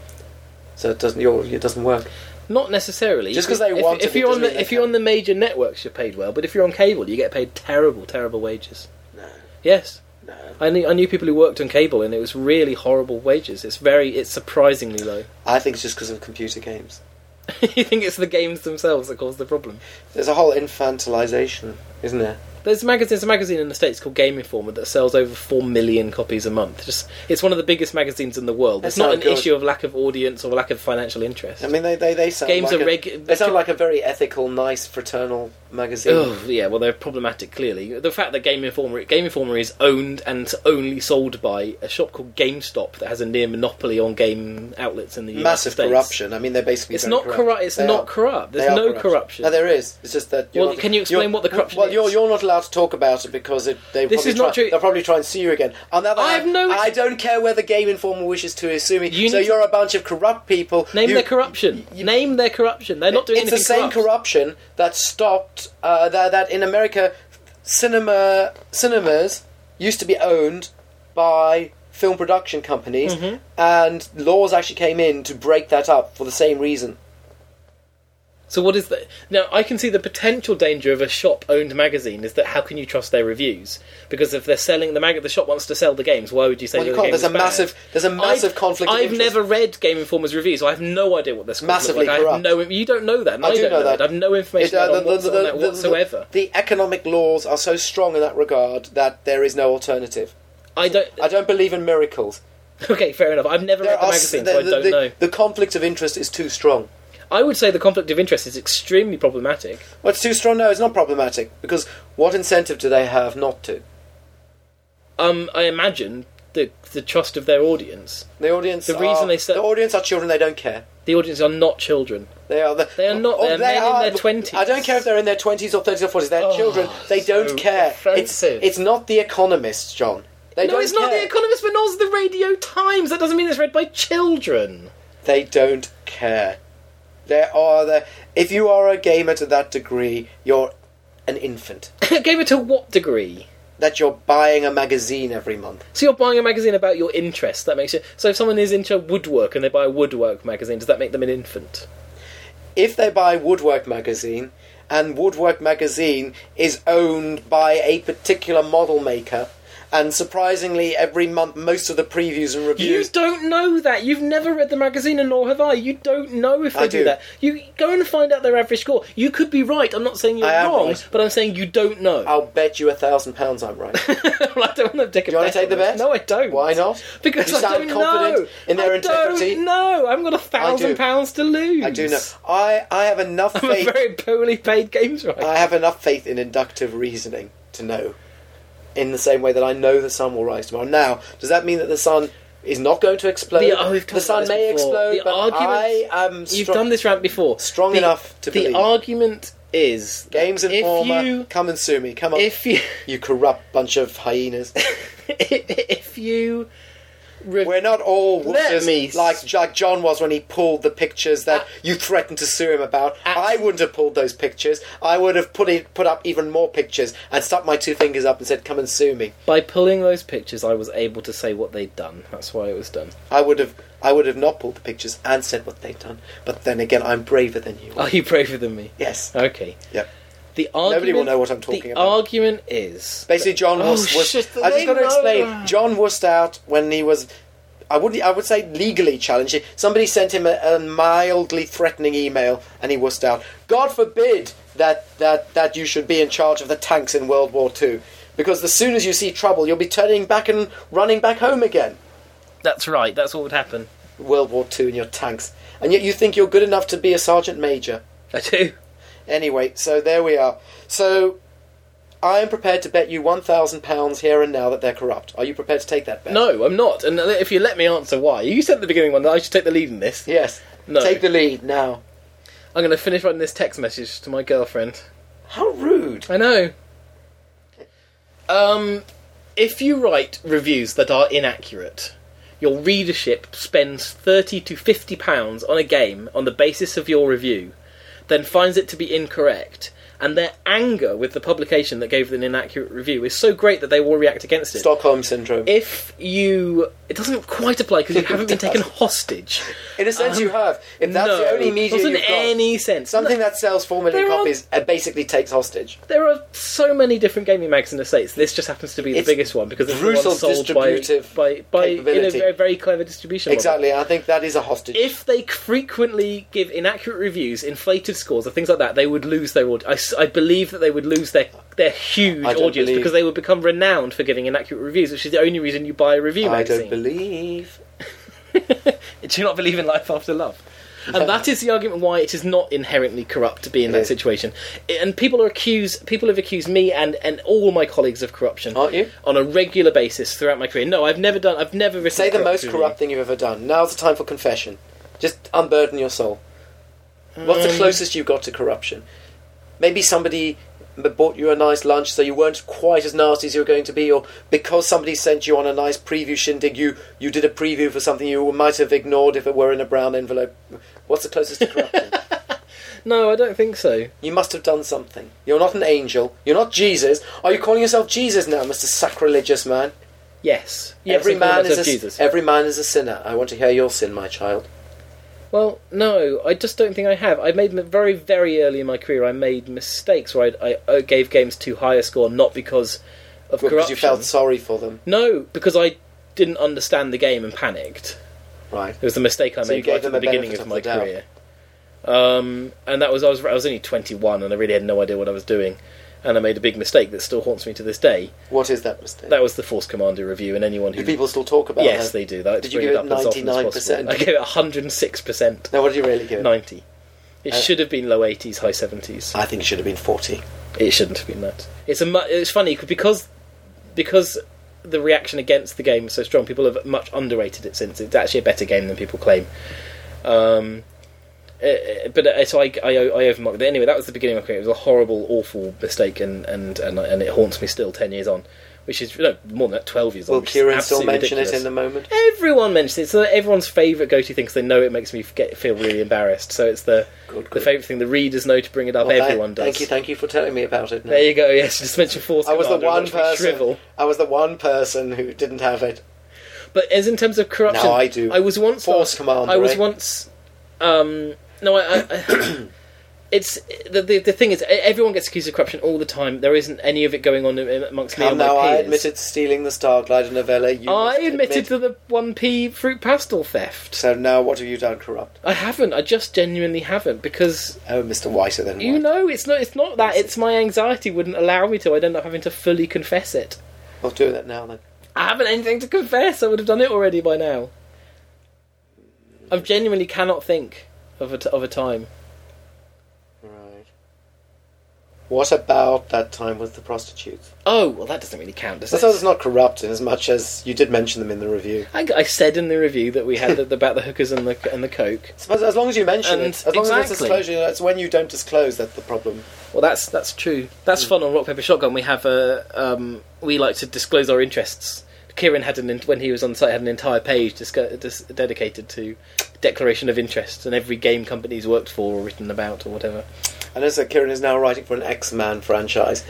so it doesn't. Your, it doesn't work. Not necessarily. Just 'cause they If- want if, it, you're it on doesn't mean the, they if you're on can. the major networks, you're paid well. But if you're on cable, you get paid terrible, terrible wages. No, Yes, no. I knew I knew people who worked on cable, and it was really horrible wages. It's very, it's surprisingly low. I think it's just because of computer games. you think it's the games themselves that cause the problem? There's a whole infantilization, isn't there? There's a magazine, there's a magazine in the states called Game Informer that sells over four million copies a month. Just it's one of the biggest magazines in the world. That's it's not not an good. issue of lack of audience or lack of financial interest. I mean, they they, they sound Games like are a, regu- They sound like a very ethical, nice, fraternal magazine. Ugh, yeah, well, they're problematic. Clearly, the fact that Game Informer, Game Informer is owned and only sold by a shop called GameStop that has a near monopoly on game outlets in the United Massive States. corruption. I mean, they're basically It's very not corrupt. corrupt. It's They not are. corrupt. There's They are no corrupt. corruption. No, there is. It's just that. you're Well, can you explain you're- what the corruption Well, you're is? you're not allowed to talk about it because it, they This probably is not try- true. They'll probably try and sue you again. On the other I hand, have no ex- I don't care whether Game Informer wishes to sue me. You so need- you're a bunch of corrupt people. Name You- their corruption. Name their corruption. They're not doing it's the anything same corrupt. corruption that stopped uh, that, that in America cinema cinemas used to be owned by film production companies Mm-hmm. and laws actually came in to break that up for the same reason So what is that? Now I can see the potential danger of a shop-owned magazine is that how can you trust their reviews? Because if they're selling the mag, the shop wants to sell the games. Why would you say Well, you that the can't. game There's is a bad? massive- there's a massive I've, conflict of I've interest. never read Game Informer's reviews, so I have no idea what this Massively like. I have corrupt. no. You don't know that. and I I do don't know that. I have no information It, uh, on, what's- on that whatsoever. the economic laws are so strong in that regard that there is no alternative I don't. i don't believe in miracles okay, fair enough. I've never there read the are magazine, the, so I don't the, know. the conflict of interest is too strong I would say the conflict of interest is extremely problematic. well it's too strong no it's not problematic because what incentive do they have not to Um, I imagine the the trust of their audience. the audience The reason are- they said- the audience are children they don't care The audience are not children. They are. The, They are not. They're men in their but 20s. I don't care if they're in their twenties or thirties or forties. They're Oh, children. They don't so care. offensive. It's it's not the Economist, John. They no, don't it's not care. The Economist, but nor is The Radio Times. That doesn't mean it's read by children. They don't care. There are the. If you are a gamer to that degree, you're an infant. Gave it to what degree? that you're buying a magazine every month. So you're buying a magazine about your interests. That makes you. So if someone is into woodwork and they buy a woodwork magazine, does that make them an infant? If they buy Woodwork magazine, and Woodwork magazine is owned by a particular model maker. And surprisingly, every month, most of the previews and You reviews. don't know that. You've never read the magazine, and nor have I. You don't know if they I do. do. that. You go and find out their average score. You could be right. I'm not saying you're I am wrong, right. but I'm saying you don't know. I'll bet you a thousand pounds I'm right. Well, I don't want to take a Do you bet want to take on the this. bet? No, I don't. Why not? Because You I sound don't confident know. in their I integrity. Don't know. I've got a thousand pounds to lose. I do know. I, I have enough I'm a faith. Uh, very poorly paid games writer. I have enough faith in inductive reasoning to know. In the same way that I know the sun will rise tomorrow. Now, does that mean that the sun is not going to explode? The- oh, we've talked the sun about this may before. explode, The but I arguments- am. You've strong- done this rant before. strong The- enough to The believe. argument is that Games if Informer, you come and sue me. Come on, if you you corrupt bunch of hyenas. if you re- We're not all Let wusses me s- like Jack John was when he pulled the pictures that Ah. you threatened to sue him about. Ah. I wouldn't have pulled those pictures. I would have put it, put up even more pictures and stuck my two fingers up and said, "Come and sue me." by pulling those pictures, I was able to say what they'd done. That's why it was done. I would have, I would have not pulled the pictures and said what they've done. But then again, I'm braver than you. Are you braver than me? Yes. Okay. Yep. The argument. will know what I'm talking the about. argument is Basically, John Oh, was. was shit, I just they got to know explain. that. John was out when he was. I would I would say legally challenging. Somebody sent him a, a mildly threatening email, and he was out. God forbid that, that that you should be in charge of the tanks in World War Two, because as soon as you see trouble, you'll be turning back and running back home again. That's right. That's what would happen. World War Two and your tanks, and yet you think you're good enough to be a sergeant major. I do. Anyway, so there we are. So I am prepared to bet you one thousand pounds here and now that they're corrupt. Are you prepared to take that bet? No, I'm not. And if you let me answer why, you said at the beginning one that I should take the lead in this. Yes. No. Take the lead now. I'm going to finish writing this text message to my girlfriend. How rude. I know. Um, if you write reviews that are inaccurate, your readership spends thirty to fifty pounds on a game on the basis of your review, then finds it to be incorrect, and their anger with the publication that gave them an inaccurate review is so great that they will react against it. Stockholm syndrome. If you, it doesn't quite apply because you haven't been taken hostage. in a sense, um, you have. If that's no, the only media doesn't you've got, any sense. something that sells four million There are- copies uh, basically takes hostage. There are so many different gaming mags in the states. This just happens to be the It's biggest one because it's the brutal one sold by distributive by, by in a capability. very, very clever distribution. model. Exactly. I think that is a hostage. If they frequently give inaccurate reviews, inflated scores, and things like that, they would lose their audience. I, believe that they would lose their their huge I don't audience believe- because they would become renowned for giving inaccurate reviews, which is the only reason you buy a review I magazine. don't believe. Do you not believe in life after love? And that is the argument why it is not inherently corrupt to be in that is. situation. I- And people are accused. People have accused me and, and all my colleagues of corruption. Aren't you? On a regular basis throughout my career. No, I've never done. I've never written. Say a the most review. corrupt thing you've ever done. Now's the time for confession. Just unburden your soul. What's Um, the closest you got to corruption? Maybe somebody b- bought you a nice lunch, so you weren't quite as nasty as you were going to be, or because somebody sent you on a nice preview shindig, you you did a preview for something you might have ignored if it were in a brown envelope. What's the closest to corruption? No, I don't think so. you must have done something. You're not an angel. You're not Jesus. Are you calling yourself Jesus now, Mister Sacrilegious Man? Yes. yes every I call man is a myself Jesus. every man is a sinner. I want to hear your sin, my child. Well, no, I just don't think I have. I made m- very, very early in my career. I made mistakes where I, I uh, gave games too high a score, not because of corruption. Because you felt sorry for them, No, because I didn't understand the game and panicked. right? It was the mistake I So you made gave right at them the a beginning benefit of of my the doubt. career. Um, and that was I was I was only 21 and I really had no idea what I was doing, and I made a big mistake that still haunts me to this day. What is that mistake? That was the Force Commander review, and anyone who do people still talk about? yes that? they do that. Did you bring give up it as often as possible. 99%? I gave it 106 percent, Now, what did you really give? it? 90. It Uh, should have been low 80s, high 70s. I think it should have been forty. It shouldn't have been that. It's a mu- it's funny 'cause- because because the reaction against the game was so strong. People have much underrated it since it's actually a better game than people claim. Um, eh, eh, but uh, so I I, I overmarked it anyway. That was the beginning of my career. It was a horrible, awful mistake, and and and, and it haunts me still ten years on, which is no more than that twelve years on. Will which is Kieran still absolutely mention ridiculous. it in the moment? Everyone mentions it. It's like everyone's favourite go-to thing because they know it makes me get, feel really embarrassed. So it's the Good, the good. favourite thing. The readers know to bring it up. Well, tha- Everyone does. Thank you, thank you for telling me about it. now. There you go. Yes, just mention force. I was the Commander and one watch me person. Shrivel. I was the one person who didn't have it. But as in terms of corruption, Now I do. I was once Force Commander, I was eh? once. Um, no, I. I, I It's the, the the thing is e, everyone gets accused of corruption all the time. There isn't any of it going on in- amongst me And and my now I peers. admitted to stealing the Starglider novella. You I must admitted admit. to the one p fruit pastel theft. So now, what have you done, corrupt? I haven't. I just genuinely haven't because Oh, Mister Whiter, then. you White. know it's not. It's not that. It's my anxiety wouldn't allow me to. I'd end up having to fully confess it. I'll do that now then. I haven't anything to confess. I would have done it already by now. I genuinely cannot think of a, t- of a time. Right. What about that time with the prostitutes? Oh, well, that doesn't really count, does So it's it? not corrupt in as much as you did mention them in the review. I, I said in the review that we had the, about the hookers and the and the coke. Suppose as long as you mention And it, as long as it's exactly. disclosure, that's when you don't disclose that's the problem. Well, that's that's true. That's fun on Rock Paper Shotgun. We have a um, we like to disclose our interests. Kieran had an in- when he was on site had an entire page disco- dis- dedicated to declaration of interests and every game company's worked for or written about or whatever. I notice that Kieran is now writing for an X Man franchise.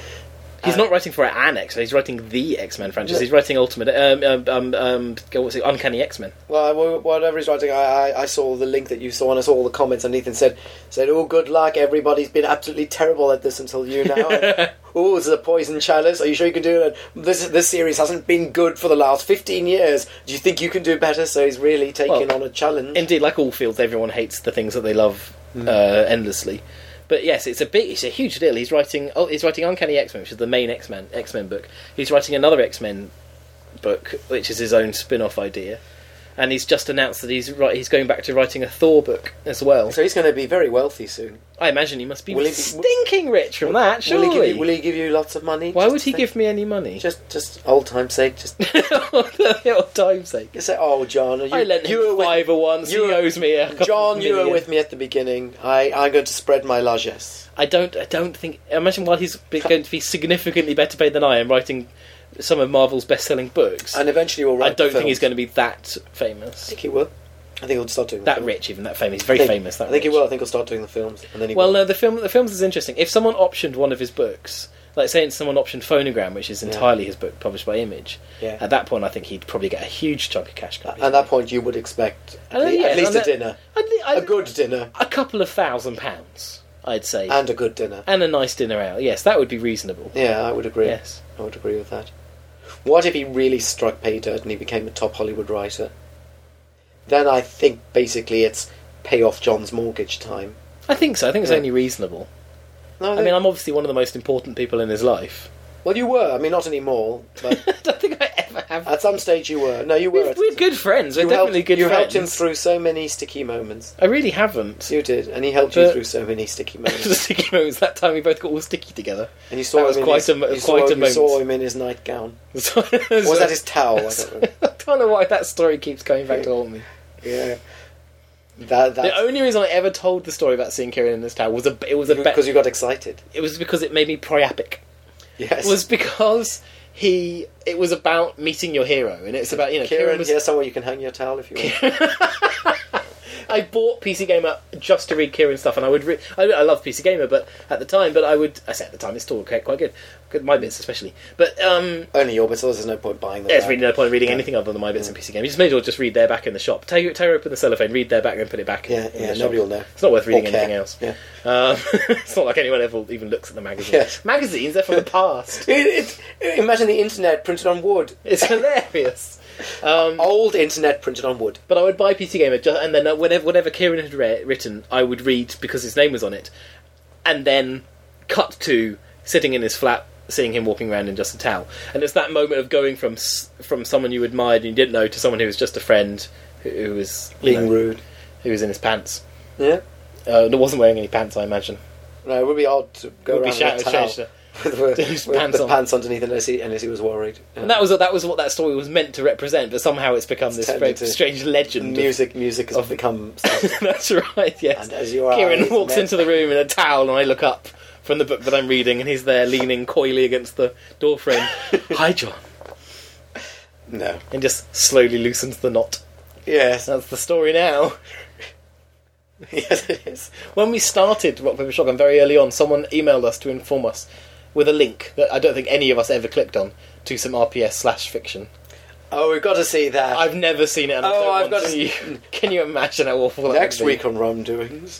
He's Uh, not writing for an X. He's writing the X Men franchise. No. He's writing Ultimate, um, um, um, um, what's it, Uncanny X Men. Well, wh- whatever he's writing, I, I, I saw the link that you saw, and I saw all the comments underneath, and said, said, "Oh, good luck. Everybody's been absolutely terrible at this until you now." And, oh, this is a poison chalice. Are you sure you can do it? And this this series hasn't been good for the last fifteen years. Do you think you can do better? So he's really taking Well, on a challenge. Indeed, like all fields, everyone hates the things that they love Mm. uh, endlessly. But yes, it's a big, it's a huge deal. He's writing, oh, he's writing Uncanny X Men, which is the main X Men X Men book. He's writing another X Men book, which is his own spin off idea, and he's just announced that he's wri- he's going back to writing a Thor book as well. so he's going to be very wealthy soon. I imagine he must be Will he be- stinking rich from that. Surely, Will he, give you, will he give you lots of money? why Just would he to give me any money? think- Just, just old time's sake. Just little time sake. you say, "Oh, John, you, I lent you him were with- fiver once. you he were- owes me a couple John, you were million. with me at the beginning. I, I'm going to spread my largesse. I don't. I don't think. Imagine while he's be- going to be significantly better paid than I am, writing some of Marvel's best-selling books. And eventually we'll write I don't the think he's films. going to be that famous. think he will. I think he'll start doing That the rich, even that famous, very I think- famous. That I think he Rich. will. I think he'll start doing the films, and then he Well, will. no, the film the films is interesting. If someone optioned one of his books, like say it's someone optioned Phonogram, which is Yeah. entirely his book published by Image, Yeah. at that point I think he'd probably get a huge chunk of cash. At that point, you would expect And at, then, le- yeah, at least and a then- dinner, I'd li- I'd- a good dinner, a couple of thousand pounds, I'd say, and, and a good dinner. a nice dinner out. Yes, that would be reasonable. Yeah, I would agree. Yes, I would agree with that. What if he really struck pay dirt and he became a top Hollywood writer? Then I think basically it's pay off John's mortgage time. I think so. I think it's Yeah. only reasonable. No, I mean, I'm obviously one of the most important people in his life. well, you were. I mean, not anymore, but I don't think I ever have. at some stage you were. No, you were. Uh, we're, at- we're good friends. We're you definitely helped, good You friends. helped him through so many sticky moments. I really haven't. You did, and he helped But- you through so many sticky the moments. sticky moments. That time we both got all sticky together. And you saw That him was in quite his, a mo- you saw, quite a You saw moment. him in his nightgown. So- Or was that his towel? I don't I remember. don't know why that story keeps coming back to haunt me. Yeah, that The that only reason I ever told the story about seeing Kieran in this tower was a it was a bet because you got excited. it was because it made me priapic. Yes, was because he it was about meeting your hero and it's about you know Kieran, Uh, Kieran, was here's somewhere you can hang your towel if you want. I bought PC Gamer just to read Kieran stuff, and I would. Re- I, I love PC Gamer, but at the time, but I would. I say at the time, it's still quite quite good. good my bits, especially. But um, Only your bits, otherwise there's no point buying them. there's back. really no point reading anything other than my bits and PC Gamer. You just may as well just read their back in the shop. Tear, tear open the cellophane, read their back, and put it back. in- Yeah, in yeah, the shop. nobody will know. It's not worth Or reading care. anything else. Yeah. Um, it's not like anyone ever even looks at the magazine. Yes. Magazines, they're from the past. It- it- imagine the internet printed on wood. It's hilarious. Um, Old internet printed on wood. But I would buy PC Gamer, ju- and then uh, whatever whatever Kieran had re- written, I would read because his name was on it, and then cut to sitting in his flat, seeing him walking around in just a towel, and it's that moment of going from s- from someone you admired and you didn't know to someone who was just a friend who, who was you know, rude. who was in his pants. Yeah. Uh, and wasn't wearing any pants, I imagine. No, it would be odd to go Would be around with shouted, a towel changed. with, with, His with pants the on. pants underneath unless he, unless he was worried. Yeah. And that was that was what that story was meant to represent, but somehow it's become this turned very into strange legend. of- music, music has become. That's right, yes. And as your Kieran eyes walks met- into the room in a towel, and I look up from the book that I'm reading, and he's there leaning coyly against the door frame. Hi, John. no. And just slowly loosens the knot. Yes. That's the story now. yes, it is. When we started Rock Paper Shotgun very early on, someone emailed us to inform us with a link that I don't think any of us ever clicked on to some RPS slash fiction. Oh, we've got to see that. I've never seen it. And I Oh, don't I've want got to. to- Can you imagine how awful that Next would be? week on Rum Doings,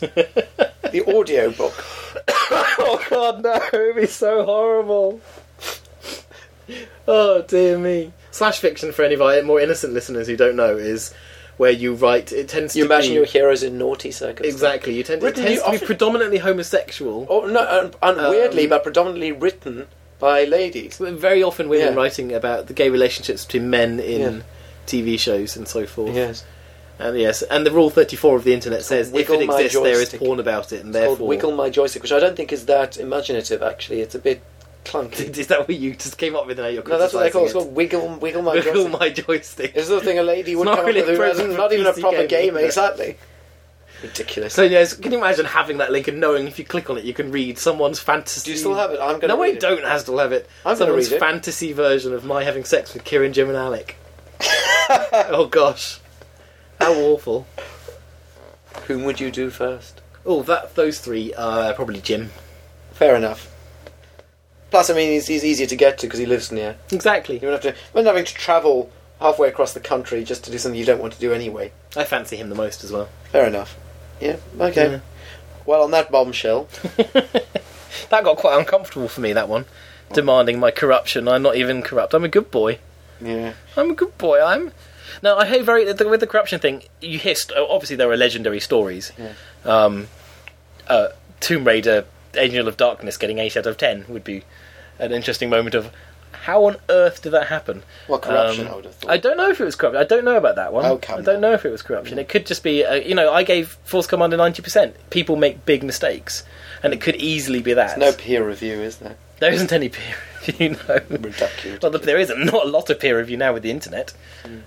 the audio book. Oh god, no, it'd be so horrible. Oh dear me. Slash fiction for any of our more innocent listeners who don't know is where you write. It tends You to imagine be your heroes in naughty circumstances. exactly. You tend, it Written- tends you to be often- predominantly homosexual. Or, Oh, no, and, and Um, weirdly, but predominantly written by ladies. Very often, women Yeah. writing about the gay relationships between men in. Yeah. TV shows and so forth, Yes. and yes, and the rule thirty-four of the internet says if Wiggle it My exists, there is Joystick. porn about it, and It's called therefore, Wiggle My Joystick, which I don't think is that imaginative, actually. It's a bit clunky. is that what you just came up with? Now you're no, that's what they call it. It's criticising called Wiggle, wiggle My it. Wiggle Joystick. my joystick. It's the thing a lady would not come up really with who appropriate hasn't, not even a PC game, proper game, is it? exactly. Ridiculous. So yes, can you imagine having that link and knowing if you click on it, you can read someone's fantasy? Do you still have it? I'm going to No, read I it. don't. Has still have it. I'm gonna someone's read it. fantasy version of my having sex with Kieran, Jim, and Alec. oh gosh, how awful! Whom would you do first? Oh, that those three are probably Jim. Fair enough. Plus, I mean, he's, he's easier to get to because he lives near. Exactly. You don't have to, imagine having to travel halfway across the country just to do something you don't want to do anyway. I fancy him the most as well. Fair enough. Yeah, okay. Yeah. Well, on that bombshell, That got quite uncomfortable for me. That one, demanding my corruption. I'm not even corrupt. I'm a good boy. yeah. I'm a good boy. I'm. No, I hate very the, with the corruption thing. You hissed. oh, Obviously, there are legendary stories. Um, uh, Tomb Raider, Angel of Darkness, getting eight out of ten would be an interesting moment of how on earth did that happen? Well, corruption, Um, I would have thought. I don't know if it was corruption. I don't know about that one. Oh, come I don't on. Mm. know if it was corruption. It could just be, uh, you know, I gave Force Commander ninety percent. People make big mistakes, and it could easily be that. No peer review, is there? there isn't any peer review. No. Ridiculous. Well, there is not a lot of peer review now with the internet.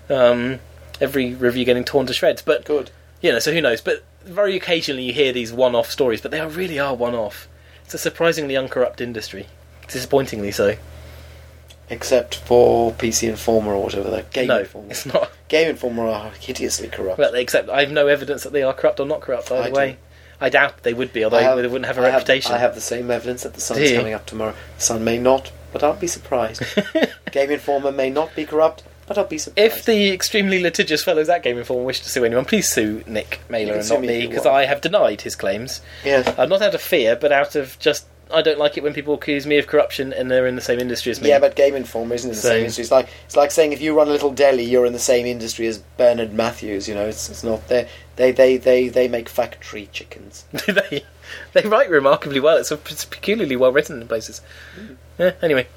Um, every review getting torn to shreds, but Good. you know, so who knows? But very occasionally you hear these one-off stories, but they are really are one-off. It's a surprisingly uncorrupt industry, disappointingly so. Except for PC Informer or whatever that game no, Informer. it's not. Game Informer are hideously corrupt. Well, except I have no evidence that they are corrupt or not corrupt either I do. way. I doubt they would be, although I have- they wouldn't have a I reputation. I have the same evidence that the sun Do is you? coming up tomorrow. The sun may not, but I'll be surprised. Game Informer may not be corrupt, but I'll be surprised. if the extremely litigious fellows at Game Informer wish to sue anyone, please sue Nick You Mailer can and sue not me if me, you because want. I have denied his claims. yes. Uh, not out of fear, but out of just I don't like it when people accuse me of corruption and they're in the same industry as me. Yeah, but Game Informer isn't in the So- same industry. It's like it's like saying if you run a little deli, you're in the same industry as Bernard Matthews. You know, it's, it's not they they they they they make factory chickens. they they write remarkably well. It's, it's peculiarly well written in places. Hmm. Yeah, anyway,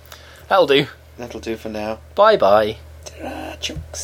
that'll do. That'll do for now. Bye bye. Ta-ra, chunks.